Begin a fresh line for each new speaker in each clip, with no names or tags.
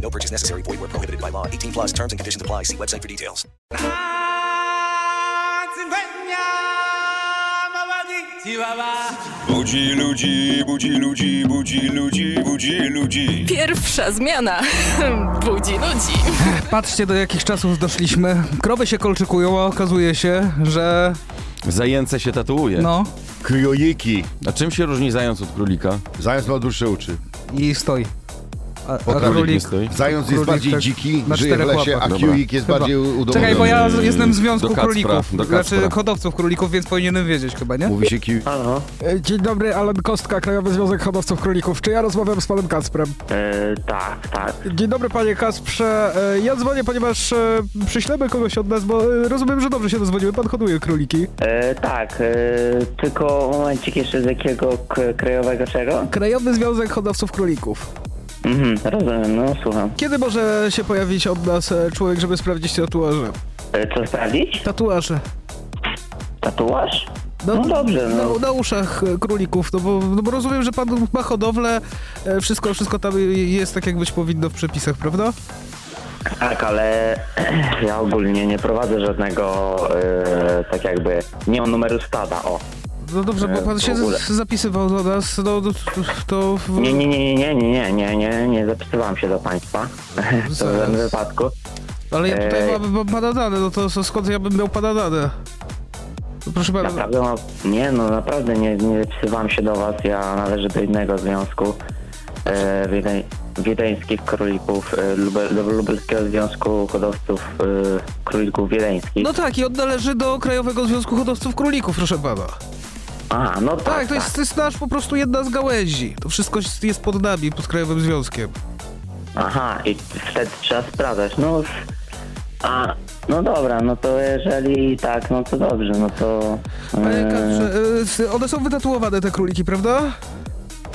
No purchase necessary. Void where prohibited by law. 18 plus terms and conditions apply. See website for details.
Budzi ludzi, budzi ludzi, budzi ludzi, budzi ludzi.
Pierwsza zmiana budzi ludzi.
Patrzcie, do jakich czasów doszliśmy. Krowy się kolczykują, a okazuje się, że
Zajęce się tatuuje.
Tak.
no
Kryojiki.
A czym się różni zając od królika?
Zając ma dłuższe uczy.
i stoi. A, a
Królik nie
królik...
stoi.
Zając
Królik
jest bardziej
tak
dziki,
na
żyje w
czterech
lesie, a
łapach.
kiujik jest
Chyba.
bardziej udomowiony.
Czekaj, bo ja
Yy,
jestem w
do
związku
Kacpra,
królików.
do
Znaczy
Kacpra.
hodowców królików, więc powinienem wiedzieć chyba, nie?
Mówi się kiu...
E, Dzień dobry, Alan Kostka, Krajowy Związek Hodowców Królików. Czy ja rozmawiam z panem Kasprem?
E, tak, tak.
Dzień dobry, panie Kasprze. E, Ja dzwonię, ponieważ e, przyślemy kogoś od nas, bo e, rozumiem, że dobrze się dozwoniły. Pan hoduje króliki.
E, tak, e, tylko momencik jeszcze z jakiego k- krajowego czego?
Krajowy Związek Hodowców Królików.
Mhm, rozumiem, no słucham.
Kiedy może się pojawić od nas e, człowiek, żeby sprawdzić tatuaże?
E, co sprawdzić?
Tatuaże.
Tatuaż? No dobrze, no.
Na, na uszach e, królików, no bo, no bo rozumiem, że pan ma hodowlę, e, wszystko, wszystko tam jest tak, jak być powinno w przepisach, prawda?
Tak, ale ja ogólnie nie prowadzę żadnego, e, tak jakby, nie mam numeru stada, o.
No dobrze, bo
Nie,
pan
E, w
się
ogóle.
z- zapisywał do nas, no to... to w...
Nie, nie, nie, nie, nie, nie, nie, nie, nie zapisywałam się do państwa w żadnym
Zaraz.
wypadku.
Ale ja tutaj
Ej.
mam, mam pana dane, no to s- skąd ja bym miał pana dane? No proszę pana,
Naprawdę, no, nie, no naprawdę nie, nie zapisywałam się do was, ja należę do innego związku e, wiedeń, wiedeńskich królików, e, lubel, do Lubelskiego Związku Hodowców e, Królików Wiedeńskich.
no tak, i on należy do Krajowego Związku Hodowców Królików, proszę pana.
Aha, no tak,
Tak, to jest, to jest nasz po prostu jedna z gałęzi. To wszystko jest- jest pod nami, pod Krajowym Związkiem.
Aha, i wtedy trzeba sprawdzać, no... s- A, no dobra, no to jeżeli tak, no to dobrze, no to...
Panie
e,
Kadrze, y, s- one są wytatuowane te króliki, prawda?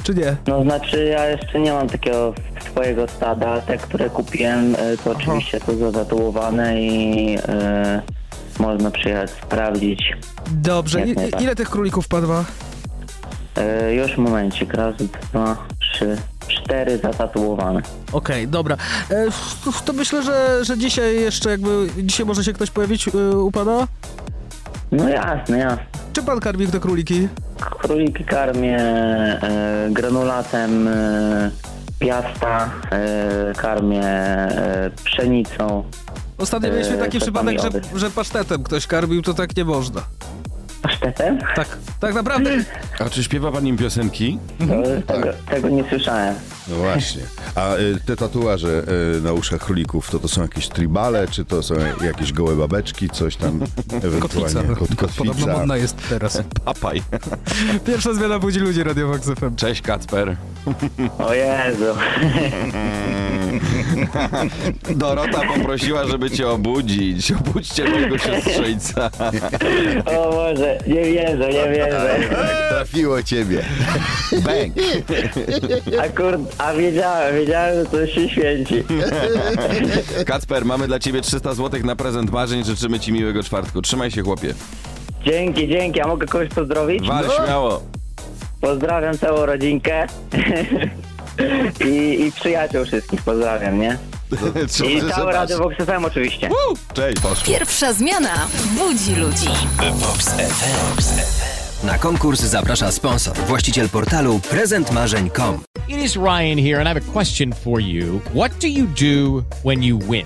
Czy nie?
No znaczy ja jeszcze nie mam takiego swojego stada, ale te, które kupiłem e, to oczywiście są zatatuowane i e, można przyjechać sprawdzić.
Dobrze,
Jak
I,
nie
i-
tak.
ile tych królików pan ma?
E, już momencik, raz, dwa, trzy, cztery zatatuowane.
Okej, dobra. E, to myślę, że, że dzisiaj jeszcze jakby, dzisiaj może się ktoś pojawić y, u pana?
No jasne, jasne.
Czy pan karmi te króliki?
Króliki karmię e, granulatem e, piasta, e, karmię e, pszenicą.
Ostatnio
Eee,
mieliśmy taki
tak
przypadek,
pamiętam.
że, że pasztetem ktoś karmił, to tak nie można.
Pasztetem?
Tak, tak naprawdę.
A czy śpiewa pan im piosenki?
To, tego, tego nie słyszałem.
No właśnie. A y, te tatuaże y, na uszach królików, to to są jakieś tribale, czy to są jakieś gołe babeczki, coś tam
Eee. Kotwica.
ewentualnie? Kot-
Podobno
Kotwica.
modna jest teraz.
Papaj.
Pierwsza zmiana budzi ludzi Radio Vox FM.
Cześć Kacper.
O Jezu.
Dorota poprosiła, żeby cię obudzić. Obudźcie mojego siostrzeńca.
O Boże, nie wierzę, nie wierzę.
Trafiło ciebie. Bang.
A kur... a wiedziałem, wiedziałem, że to się święci.
Kacper, mamy dla ciebie 300 zł na prezent marzeń. Życzymy ci miłego czwartku. Trzymaj się chłopie.
Dzięki, dzięki, a mogę kogoś pozdrowić?
Wal śmiało.
Pozdrawiam całą rodzinkę. I, I przyjaciół wszystkich pozdrawiam, nie? I
Trzymaj
całe Radio Vox FM oczywiście.
Cześć. Poszło.
Pierwsza zmiana budzi ludzi.
Na konkurs zaprasza sponsor, właściciel portalu prezentmarzeń.com.
It is Ryan here, and I have a question for you. What do you do when you win?